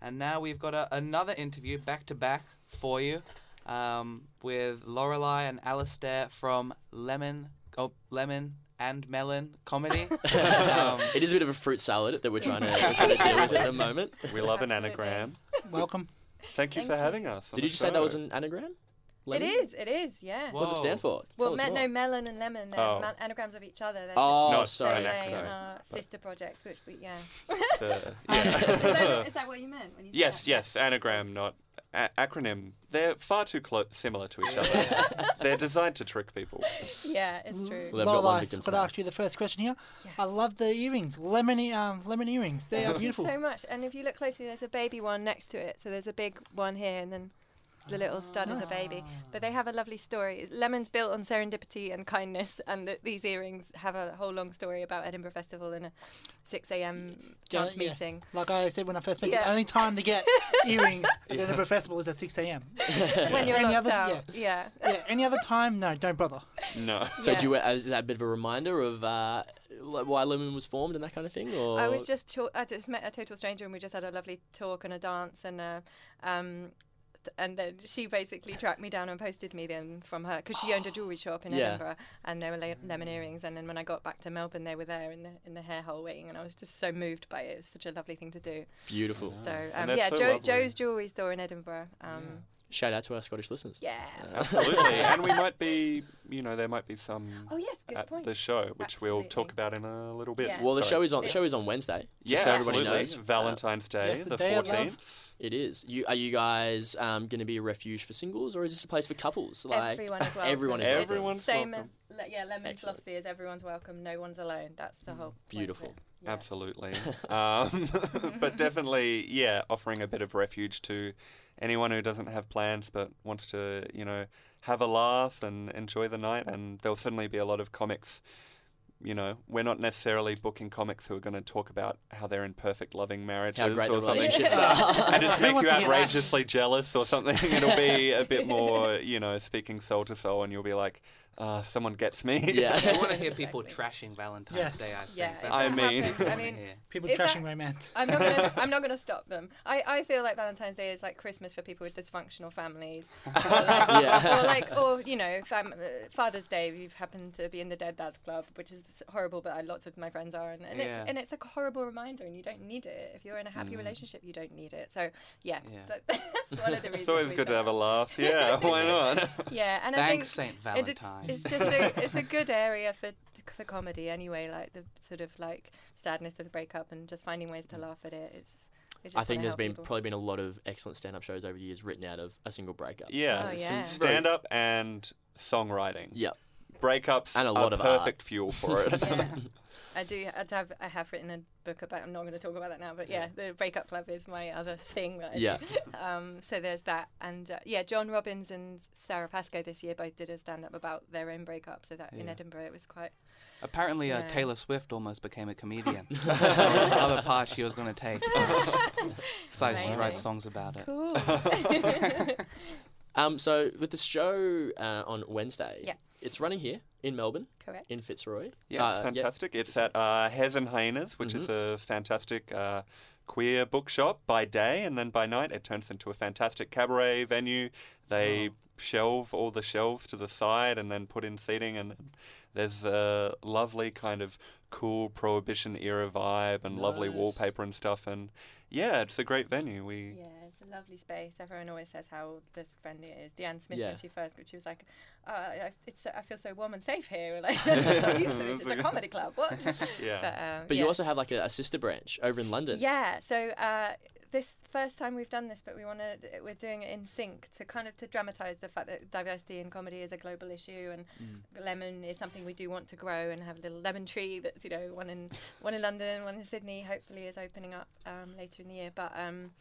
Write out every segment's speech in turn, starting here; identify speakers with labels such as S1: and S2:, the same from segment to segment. S1: And now we've got a, another interview back to back for you um, with Lorelei and Alastair from Lemon, oh, Lemon and Melon Comedy. um,
S2: it is a bit of a fruit salad that we're trying to, we're trying to deal with at the moment.
S3: We love an
S4: Absolutely.
S3: anagram.
S5: Welcome.
S3: Thank you
S4: Thank
S3: for
S4: you.
S3: having us. on
S2: Did
S3: the
S2: you just say that was
S3: show.
S2: an anagram?
S4: It
S2: Lemon?
S4: is. It is. Yeah.
S1: What-
S2: What does it stand for? Tell
S4: Well, me-
S2: us
S4: no,
S2: more.
S4: melon and lemon. They're
S3: Oh.
S4: man- anagrams of each other. They're
S2: Oh,
S3: No,
S4: so
S2: sorry.
S3: sorry.
S4: they
S3: sorry.
S4: are sister projects, which we yeah.
S3: The-
S4: is, that,
S3: yeah.
S4: is that what you meant when you? said
S3: yes,
S4: that?
S3: yes, anagram, not a- acronym. They're far too clo- similar to each other. They're designed to trick people.
S4: Yeah, it's true.
S2: Well, they've got one
S5: Lorelei,
S2: victim
S5: could
S2: tonight.
S5: I ask you the first question here?
S4: Yeah.
S5: I love the earrings, lemon, e- um, lemon earrings. They are
S4: Thank you
S5: beautiful.
S4: so much. And if you look closely, there's a baby one next to it. So there's a big one here, and then the little stud
S5: Ah.
S4: is a baby. But they have a lovely story. It's- Lemon's built on serendipity and kindness, and th- these earrings have a whole long story about Edinburgh Festival and a 6 a.m.
S5: Yeah,
S4: dance
S5: yeah.
S4: meeting.
S5: Like I said when I first met, you,
S4: Yeah.
S5: the only time to get earrings at the Edinburgh Festival is at 6 a.m.
S4: When you're
S5: Any
S4: locked
S5: other-
S4: out. Yeah.
S5: Yeah, any other time, no, don't bother.
S3: No.
S2: So
S4: Yeah.
S2: do you, uh, is that a bit of a reminder of uh, l- why Lemon was formed and that kind of thing? Or
S4: I was just talk- I just met a total stranger and we just had a lovely talk and a dance and uh, um, th- and then she basically tracked me down and posted me then from her because she owned a jewelry shop in
S2: Yeah.
S4: Edinburgh and there were le- lemon earrings and then when I got back to Melbourne they were there in the in the hair hole waiting and I was just so moved by it. It was such a lovely thing to do.
S2: beautiful.
S4: So
S3: And
S4: um,
S3: that's
S4: yeah,
S3: so
S4: jo-
S3: lovely.
S4: Joe's jewelry store in Edinburgh. Um,
S2: Shout out to our Scottish listeners.
S4: yeah.
S3: Absolutely. and we Uh, might be, you know, there might be some
S4: Oh yes, good
S3: at
S4: point.
S3: the show, which we'll talk
S4: Absolutely.
S3: about in a little bit.
S4: Yeah.
S2: Well, the
S3: Sorry.
S2: show is on. The show is on Wednesday.
S3: Yeah,
S2: Just so everybody
S3: absolutely.
S2: knows. Uh,
S3: Valentine's Day,
S5: Yes, the
S3: the
S5: day of love.
S3: 14th.
S2: It is. You are you guys um, going to be a refuge for singles, or is this a place for couples? Like
S4: everyone as well.
S2: everyone is
S4: It's
S2: welcome.
S3: Everyone's
S4: same
S3: welcome.
S4: as le- yeah, lemon
S2: Excellent. Mm,
S4: philosophy is everyone's welcome, no one's alone. That's the whole point of it.
S2: beautiful.
S4: Yeah.
S3: Absolutely. um, but definitely, yeah, offering a bit of refuge to anyone who doesn't have plans but wants to, you know, have a laugh and enjoy the night. And there'll certainly be a lot of comics. You know, we're not necessarily booking comics who are going to talk about how they're in perfect loving marriages
S2: How great
S3: or
S2: the
S3: something.
S2: relationships
S3: and
S2: are.
S3: just
S5: Who
S3: make
S5: wants
S3: you
S5: to hear that?
S3: outrageously jealous or something. It'll be a bit more, you know, speaking soul to soul, and you'll be like, uh, someone gets me.
S2: Yeah.
S1: you want to hear people
S4: Exactly.
S1: trashing Valentine's
S5: Yes.
S1: Day, I think.
S4: Yeah,
S1: That's
S4: if
S3: I
S4: that
S1: what
S3: mean-
S4: happens- I
S1: we
S4: mean,
S1: hear.
S5: People
S4: Is
S5: trashing
S4: that-
S5: romance.
S4: I'm not gonna, I'm not gonna stop them. I, I feel like Valentine's Day is like Christmas for people with dysfunctional families, or like,
S2: Yeah.
S4: or, like or you know, fam- uh, Father's Day. We've happened to be in the Dead Dads Club, which is horrible, but I, lots of my friends are, and, and
S1: Yeah.
S4: it's and it's a horrible reminder, and you don't need it if you're in a happy
S3: Mm.
S4: relationship. You don't need it. So yeah,
S1: Yeah.
S4: that- that's one of the reasons.
S3: It's always
S4: we
S3: good to
S4: set
S3: have a
S4: up.
S3: laugh. Yeah, why not?
S4: Yeah, and I think
S1: Thanks, St.
S4: It-
S1: Valentine.
S4: It's, it's just a, it's a good area for for comedy anyway. Like the sort of like sadness of a breakup and just finding ways to laugh at it. It's. it just
S2: Mm. I think
S4: wanna
S2: there's
S4: help
S2: been
S4: people.
S2: probably been a lot of excellent stand-up shows over the years written out of a single breakup.
S3: Yeah,
S4: Oh,
S3: it's
S4: yeah.
S3: stand up and songwriting.
S2: Yep.
S3: Breakups
S2: And a
S3: are
S2: lot of art.
S3: perfect fuel for it.
S4: yeah. I do. I have. I have written a book about. I'm not going to talk about that now. But yeah, the breakup club is my other thing. That I do.
S2: Yeah.
S4: Um. So there's that, and uh, yeah, John Robbins and Sarah Pascoe this year both did a stand up about their own breakup. So that in
S1: Yeah.
S4: Edinburgh, it was quite.
S1: Apparently, uh,
S4: No.
S1: Taylor Swift almost became a comedian. that was the other part she was going to take. Besides, she writes
S4: Amazing.
S1: songs about it.
S4: Cool.
S2: Um, so with the show uh, on Wednesday,
S4: Yeah. Oh,
S2: it's running here in Melbourne,
S4: Correct.
S2: in Fitzroy.
S3: yeah,
S2: Uh,
S3: it's fantastic. It's at uh, Hares and Hyenas, which is a fantastic uh, queer bookshop by day, and then by night it turns into a fantastic cabaret venue. They shelve all the shelves to the side and then put in seating, and there's a lovely kind of cool prohibition era vibe and lovely
S2: Nice.
S3: wallpaper and stuff. And yeah, it's a great venue. We
S4: Yeah, it's a lovely space. Everyone always says how this friendly it is. Deanne Smith
S2: Yeah.
S4: when she first, she was like, uh, I, it's, so- I feel so warm and safe here. We're Like, I'm not used to this. It's a comedy club. What?
S3: Yeah.
S4: But, um,
S2: But
S4: yeah.
S2: you also have like a, a sister branch over in London.
S4: Yeah. So uh, this first time we've done this, but we want to. We're doing it in sync to kind of to dramatise the fact that diversity in comedy is a global issue, and
S2: Mm.
S4: lemon is something we do want to grow and have a little lemon tree that's you know one in one in London, one in Sydney. Hopefully, is opening up um, later in the year, but. Um,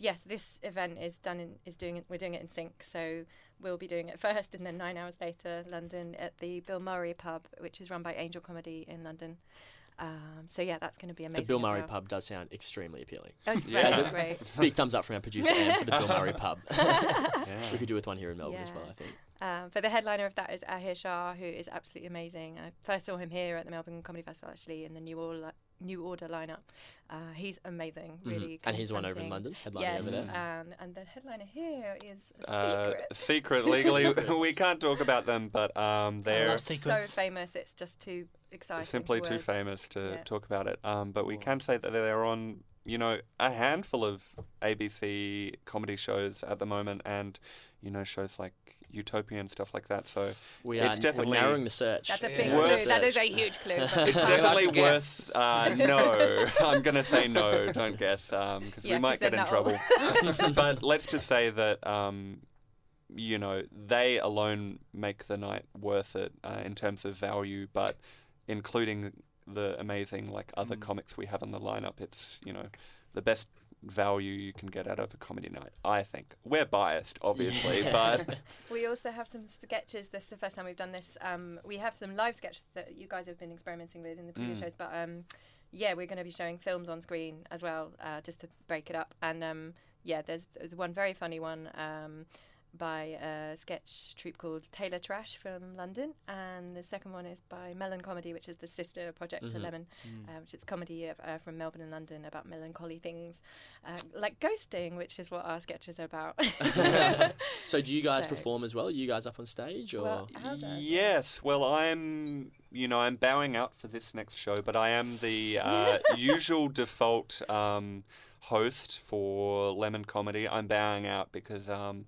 S4: Yes, this event is done in is doing it, we're doing it in sync, so we'll be doing it first, and then nine hours later, London at the Bill Murray pub, which is run by Angel Comedy in London. Um, so yeah, that's going to be amazing.
S2: The Bill
S4: as
S2: Murray
S4: well.
S2: pub does sound extremely appealing.
S4: Oh, it's
S3: Yeah.
S4: great.
S2: As
S4: It's
S2: a-
S4: great.
S2: Big thumbs up from our producer Anne for the Bill Murray pub.
S3: yeah.
S2: we could do with one here in Melbourne as well,
S4: Yeah.
S2: I think.
S4: Um, but the headliner of that is Ahir Shah, who is absolutely amazing. And I first saw him here at the Melbourne Comedy Festival, actually, in the New Orleans, New Order lineup. Uh, he's amazing, really.
S2: Mm-hmm. Mm. And he's the one over in
S4: confronting.
S2: London, headlining
S4: Yes,
S2: over there.
S4: um, and the headliner here is a
S3: Uh,
S4: secret.
S3: secret legally,
S2: Secrets.
S3: we can't talk about them, but um, they're
S5: love
S4: so
S5: Secrets.
S4: famous. It's just too exciting.
S3: simply too
S4: words.
S3: famous to
S4: Yeah.
S3: talk about it. Um, but we
S2: Wow.
S3: can say that they're on, you know, a handful of ABC comedy shows at the moment, and you know, shows like Utopia and stuff like that. So
S2: We
S3: It's
S2: are
S3: definitely-
S2: we're narrowing the search.
S4: That's a
S1: Yeah.
S4: big
S3: Worth
S4: clue. That
S2: it.
S4: is a huge clue.
S2: It's
S3: it's
S2: Well,
S3: definitely
S1: I'd guess.
S3: worth. Uh, no, I'm gonna say no. Don't guess, because
S4: Yeah,
S3: we might
S4: 'cause
S3: get
S4: they're
S3: in
S4: not all-
S3: trouble. but let's just say that um, you know they alone make the night worth it uh, in terms of value, but including the amazing like other
S1: Mm.
S3: comics we have on the lineup, it's you know the best value you can get out of a comedy night. I think we're biased, obviously,
S2: Yeah.
S3: but
S4: We also have some sketches. This is the first time we've done this. Um, we have some live sketches that you guys have been experimenting with in the previous
S3: Mm.
S4: shows, but um, yeah, we're going to be showing films on screen as well, uh, just to break it up. And um, yeah, there's, there's one very funny one um, by a sketch troupe called Taylor Trash from London, and the second one is by Melon Comedy, which is the sister project to
S2: Mhm.
S4: Lemon, uh, which is comedy of, uh, from Melbourne and London about melancholy things, uh, like ghosting, which is what our sketches are about.
S2: so do you guys
S4: So-
S2: perform as well? Are you guys up on stage or?
S4: Well, How does it?
S3: yes. Well, I'm you know I'm bowing out for this next show, but I am the uh, usual default um, host for Lemon Comedy. I'm bowing out because um,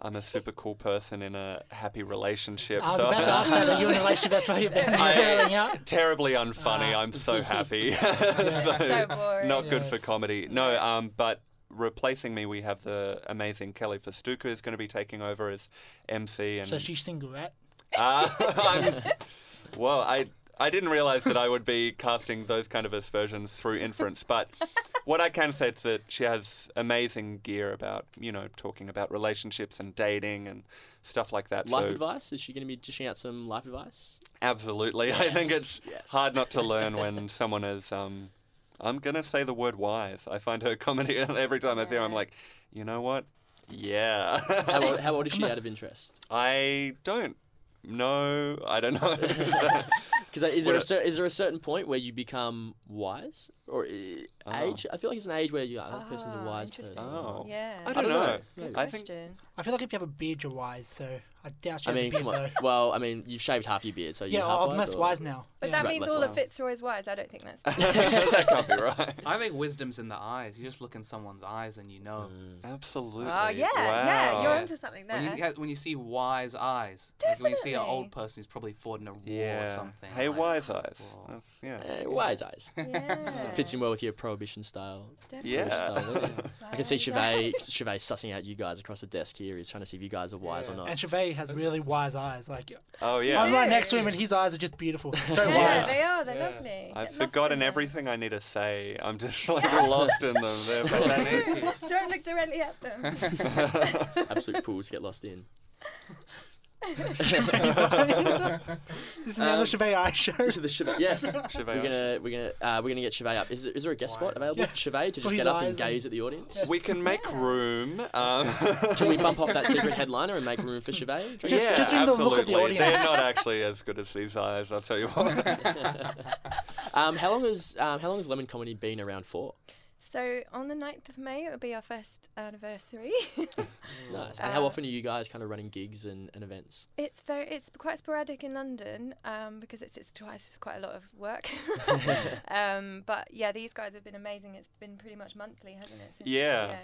S3: I'm a super cool person in a happy relationship.
S5: I was
S3: so
S5: about to ask that. Are you in a relationship? That's why you're bailing out.
S3: terribly unfunny.
S5: Ah.
S3: I'm so happy.
S4: so boring.
S3: not good for
S5: Yes.
S3: comedy. No, um, but replacing me, we have the amazing Kelly Festuca who's going to be taking over as MC and
S5: So she's single, right?
S3: uh, I'm, well, I I didn't realize that I would be casting those kind of aspersions through inference, but what I can say is that she has amazing gear about you know talking about relationships and dating and stuff like that.
S2: Life
S3: so
S2: advice? Is she going to be dishing out some life advice?
S3: absolutely, I think it's
S2: Yes.
S3: hard not to learn when someone is. Um, I'm gonna say the word wise. I find her comedy every time I see her. I'm
S4: Yeah.
S3: like, you know what? Yeah.
S2: How old, how old is she out of interest?
S3: I don't know. I don't know.
S2: Because uh, is there a
S3: Well,
S2: cer- is there a certain point where you become wise or uh,
S3: Ah.
S2: age? I feel like it's an age where you're like, that person's a
S4: Ah,
S2: wise
S4: interesting.
S2: person.
S3: Oh.
S4: Yeah.
S3: I don't know.
S2: Maybe.
S3: I think-
S4: Question.
S5: I feel like if you have a beard, you're wise. So I doubt you
S2: I
S5: have
S2: mean,
S5: a beard
S2: come on.
S5: though.
S2: Well, I mean, you've shaved half your beard, so
S5: Yeah,
S2: you're half
S5: I'm
S2: wise.
S5: less
S2: or-
S5: wise now.
S4: But
S5: yeah.
S4: that
S2: Right,
S4: means
S2: less
S4: all
S2: wise.
S4: of Fitzroy's wise. I don't think that's.
S3: that can't be right.
S1: I think wisdom's in the eyes. You just look in someone's eyes and you know.
S2: Mm.
S3: Absolutely.
S4: oh yeah, yeah. You're
S1: Wow.
S4: onto something there.
S1: When you, when you see wise eyes, like when you see an old
S4: Definitely.
S1: person who's probably fought in a war or
S3: Yeah.
S1: something.
S3: Hey,
S1: like,
S3: wise eyes.
S1: whoa.
S3: That's, yeah.
S2: Eh, wise eyes.
S4: yeah.
S2: Fits in well with your prohibition style.
S4: Definitely.
S3: Yeah.
S2: Lifestyle, I can see
S4: Wise
S2: Chevet, Chevet sussing out you guys across the desk here. He's trying to see if you guys are wise or
S1: Yeah.
S2: not.
S5: And Chevy has really wise eyes. Like
S3: oh yeah.
S5: I'm right next to him, and his eyes are just beautiful. So
S4: Yeah,
S5: wise.
S4: they are. They're
S1: Yeah.
S4: lovely.
S3: I've
S4: Get lost in
S3: forgotten
S4: them.
S3: everything I need to say. I'm just like lost in them. They're fantastic.
S1: Thank you.
S4: Don't look directly at them.
S2: Absolute pools get lost in.
S5: He's like- he's like- this is another
S2: Um,
S5: Chevy eye show.
S2: the Chevet, yes.
S3: Chevet
S2: We're
S3: eyes.
S2: gonna we're gonna uh, we're gonna get Chevet up. Is there, is there a guest spot
S1: Why?
S2: available
S5: Yeah.
S2: for Chevet to
S5: Put
S2: just
S5: his
S2: get up and
S5: eyes on-
S2: gaze at the audience?
S5: Yes.
S3: We can make room. Um,
S2: Can we bump off that secret headliner and make room for Chevet?
S5: Just-
S3: yeah,
S5: just in the look
S3: absolutely.
S5: of the
S3: They're
S5: audience.
S3: not actually as good as these eyes. I'll tell you what.
S2: um, how long has um, how long has Lemon Comedy been around for?
S4: so on the 9th of May, it'll be our first anniversary.
S2: Nice. And how
S4: Uh,
S2: often are you guys kind of running gigs and, and events?
S4: It's very it's quite sporadic in London um, because it's it's twice it's quite a lot of work. um, but yeah, these guys have been amazing. It's been pretty much monthly, hasn't it? Since,
S3: Yeah.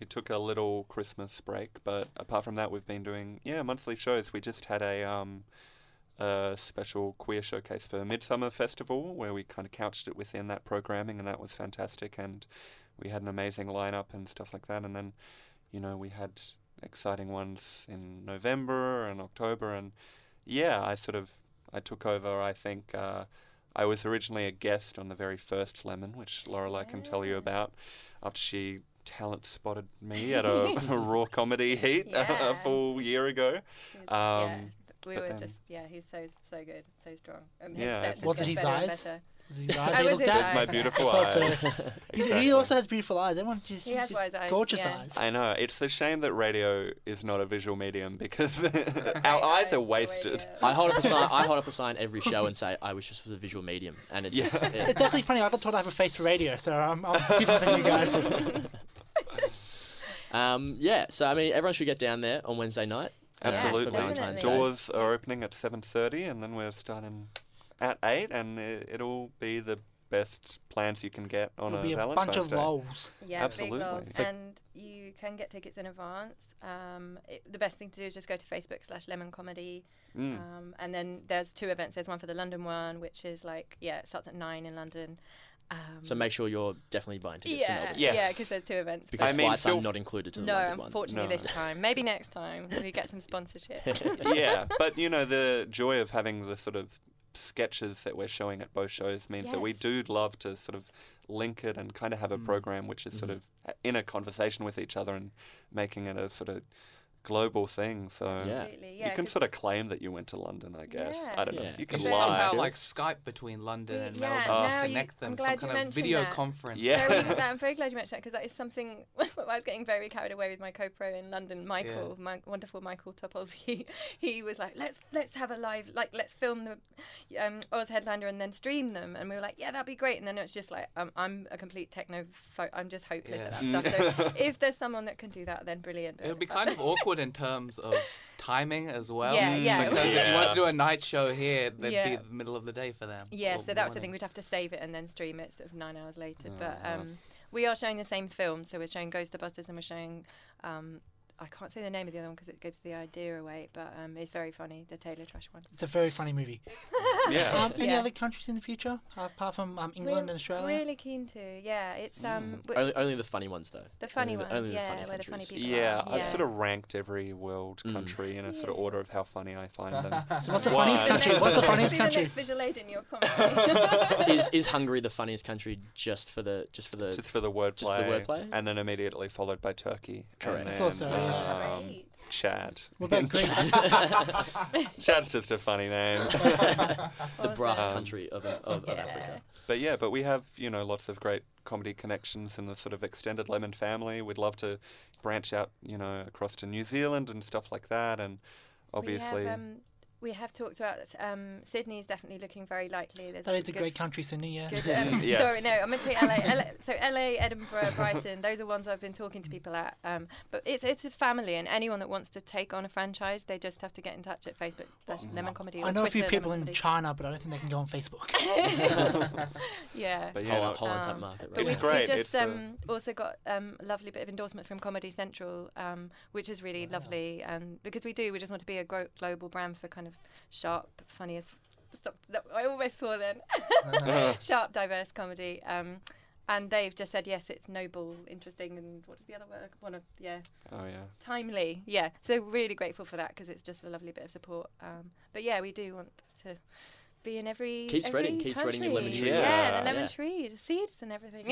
S3: we took a little Christmas break, but apart from that, we've been doing yeah monthly shows. We just had a um, a special queer showcase for Midsummer Festival where we kind of couched it within that programming, and that was fantastic. And we had an amazing lineup and stuff like that. And then you know we had exciting ones in November and October, and yeah, I sort of I took over. I think. Uh, I was originally a guest on the very first Lemon, which Lorelei can tell you
S4: Yeah.
S3: about after she talent spotted me at a, a raw comedy heat a
S4: Yeah.
S3: full year ago.
S4: He's- yeah,
S3: Um,
S4: but we
S3: but
S4: were
S3: then-
S4: just yeah. He's so so good, so strong. Um,
S3: Yeah.
S4: his set just
S5: What did
S4: gets
S5: his
S4: better and
S5: eyes?
S4: better.
S5: Was it his eyes
S4: I
S5: he
S4: was
S5: looked
S4: his
S5: at?
S4: eyes.
S3: My
S4: Okay.
S3: beautiful
S5: I thought
S3: eyes.
S5: so. He-
S3: Exactly.
S5: He also has beautiful eyes. Everyone just
S4: He has
S5: just
S4: wise eyes,
S5: gorgeous
S4: yeah.
S5: eyes.
S3: I know. It's a shame that radio is not a visual medium because
S4: Great
S3: our eyes are
S4: for
S3: wasted.
S4: radio.
S2: I hold up a sign. I hold up a sign every show and say, "I wish this was a visual medium," and it
S3: Yeah.
S2: just. yeah.
S5: It's actually funny. I got told I have a face for radio, so I'm, I'm Oh, different than you guys.
S2: Um, yeah, so I mean, everyone should get down there on Wednesday night. uh, for
S3: Absolutely.
S2: Valentine's Day.
S4: Definitely.
S3: Doors are opening at 7:30 and then we're starting at 8 and it, it'll be the best plans you can get on
S5: It'll
S3: a
S5: be a
S3: Valentine's
S5: bunch of
S3: Day.
S5: lols.
S4: Yeah,
S3: Absolutely.
S4: big goals.
S2: So-
S4: and you can get tickets in advance. Um, it, the best thing to do is just go to Facebook slash Lemon Comedy.
S2: Hmm.
S3: Mm.
S4: Um, and then there's two events. There's one for the London one, which is like, yeah, it starts at nine in London. Um,
S2: So make sure you're definitely buying tickets to
S4: yeah,
S2: Melbourne.
S3: Yes.
S4: yeah, because there's two events.
S2: Because
S3: I mean,
S2: flights are
S3: feel-
S2: not included to the
S4: no,
S2: London one.
S4: unfortunately,
S3: No.
S4: this time. Maybe next time we get some sponsorship.
S3: yeah, but you know the joy of having the sort of sketches that we're showing at both shows means that we
S4: Yes.
S3: do love to sort of link it and kind of have a
S1: Mm.
S3: program which is sort
S2: Mhm.
S3: of a- in a conversation with each other and making it a sort of global thing. So
S2: Yeah.
S4: Absolutely. Yeah.
S3: you can
S4: 'cause-
S3: sort of claim that you went to London, I guess. I don't know.
S2: Yeah.
S3: You can
S1: Can
S2: It's
S3: lie.
S1: somehow
S2: Yeah.
S1: like Skype between London and
S4: Yeah,
S3: Oh.
S1: Melbourne,
S4: now
S1: to
S4: you-
S1: connect
S4: I'm
S1: them,
S4: glad
S1: some
S4: you
S1: kind of
S4: mentioned
S1: video
S4: that.
S1: conference.
S3: Yeah.
S4: very, that, I'm very glad you mentioned that because that is something I was getting very carried away with my co-pro in London, Michael, my wonderful Michael Topolsky. He, he was like, let's let's have a live, like let's film the um, Oz headliner and then stream them. And we were like, yeah, that'd be great. And then it's just like, um, I'm a complete techno, pho- I'm just hopeless at
S1: Yeah.
S4: that stuff. So if there's someone that can do that, then brilliant.
S1: It would be
S4: but-
S1: kind of awkward in terms of timing as well.
S4: Yeah, yeah, it
S1: Because if you
S3: would.
S1: wanted to do a night show here, that'd
S4: Yeah.
S1: be the middle of the day for them.
S4: Yeah,
S1: or
S4: so that was the thing.
S1: morning.
S4: We'd have to save it and then stream it sort of nine hours later. but
S3: Oh,
S4: um, we are showing the same film, so we're showing Ghostbusters and we're showing. Um, I can't say the name of the other one because it gives the idea away, but um, it's very funny, the Taylor Trash one.
S5: It's a very funny movie.
S3: yeah.
S5: Um, any
S4: Yeah.
S5: other countries in the future apart from um, England and Australia?
S4: Really keen to, yeah.
S3: Hmm.
S4: It's um w-
S2: Mm. Only, only the funny ones, though.
S4: the funny
S2: only
S4: ones,
S2: the- only the
S4: yeah,
S2: funny
S4: where the funny
S2: countries.
S4: people.
S3: Yeah,
S4: are.
S3: I've sort of ranked every world
S2: Mm.
S3: country in a sort of
S4: Yeah.
S3: order of how funny I find them.
S5: So what's the
S3: Why?
S5: funniest country? What's the
S4: Be
S5: funniest
S4: The
S5: country?
S4: next visual aid in your comedy.
S2: is is Hungary the funniest country just for the just for the
S3: Just for the wordplay.
S2: just for the wordplay?
S3: And then immediately followed by Turkey.
S2: Correct.
S3: And
S5: It's
S3: then,
S5: also, yeah.
S3: um, Chad.
S5: What about Greece?
S3: Chad's just a funny name.
S2: the bra
S3: Um,
S2: country of of, of
S4: Yeah.
S2: Africa?
S3: But yeah, but we have, you know, lots of great comedy connections in the sort of extended Lemon family. We'd love to branch out, you know, across to New Zealand and stuff like that. And obviously,
S4: We have, um, we have talked about um, Sydney's definitely looking very likely. There's
S5: That is a
S4: good
S5: great country, Sydney. Yeah.
S4: Good, um,
S3: Yeah.
S4: Sorry, no, I meant to say LA, LA. So LA, Edinburgh, Brighton, those are ones I've been talking to people at. Um, but it's it's a family, and anyone that wants to take on a franchise, they just have to get in touch at Facebook dash Lemon Comedy. Or
S5: Oh, I know a few
S4: Twitter,
S5: people in
S4: Lemon
S5: China, but I don't think they can go on Facebook.
S4: Comedy. yeah.
S3: but yeah,
S2: Whole,
S3: no,
S2: whole
S4: Um,
S2: untapped market,
S4: But
S2: right?
S4: we've
S3: It's great,
S4: just
S3: it's, uh,
S4: um, also got um, a lovely bit of endorsement from Comedy Central, um, which is really lovely. And because we do, we just want to be a gro- global brand for kind of sharp, funny as. Stop, that- I almost swore then.
S3: Uh-huh.
S4: sharp, diverse comedy. Um, and they've just said yes, it's noble, interesting, and what is the other word? One of yeah,
S3: oh yeah.
S4: timely. Yeah, so really grateful for that because it's just a lovely bit of support. Um, but yeah, we do want to be in every
S2: Keep spreading,
S4: every
S2: keep spreading your lemon
S4: country.
S3: tree.
S4: Yeah,
S3: Yeah.
S4: the lemon
S2: Yeah.
S4: tree, the seeds and everything.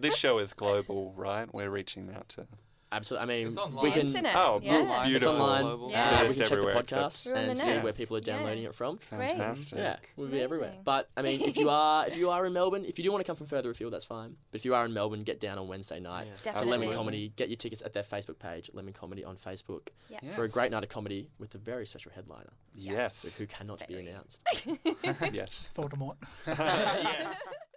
S3: This show is global, right? We're reaching out to.
S2: Absolutely. I mean,
S1: It's online.
S2: we can.
S4: Internet.
S3: Oh,
S4: yeah.
S1: It's
S2: It's
S3: Beautiful.
S2: online.
S1: global.
S4: Yeah.
S2: Uh,
S3: It's
S2: we can check the
S3: everywhere, except-
S2: podcast
S4: We're on
S2: and
S4: the
S2: see
S4: net.
S2: where people are
S4: Yeah.
S2: downloading it from.
S4: Great.
S3: Fantastic.
S2: Yeah, we'll be everywhere.
S4: Amazing.
S2: But I mean, if you are if you are in Melbourne, if you do want to come from further afield, that's fine. But if you are in Melbourne, get down on Wednesday night to
S4: Definitely.
S2: Uh, Lemon Comedy. Get your tickets at their Facebook page, Lemon Comedy on Facebook,
S4: Yeah.
S2: for a great night of comedy with a very special headliner
S3: Yes.
S2: who cannot be announced.
S3: yes.
S5: Voldemort.
S3: yes.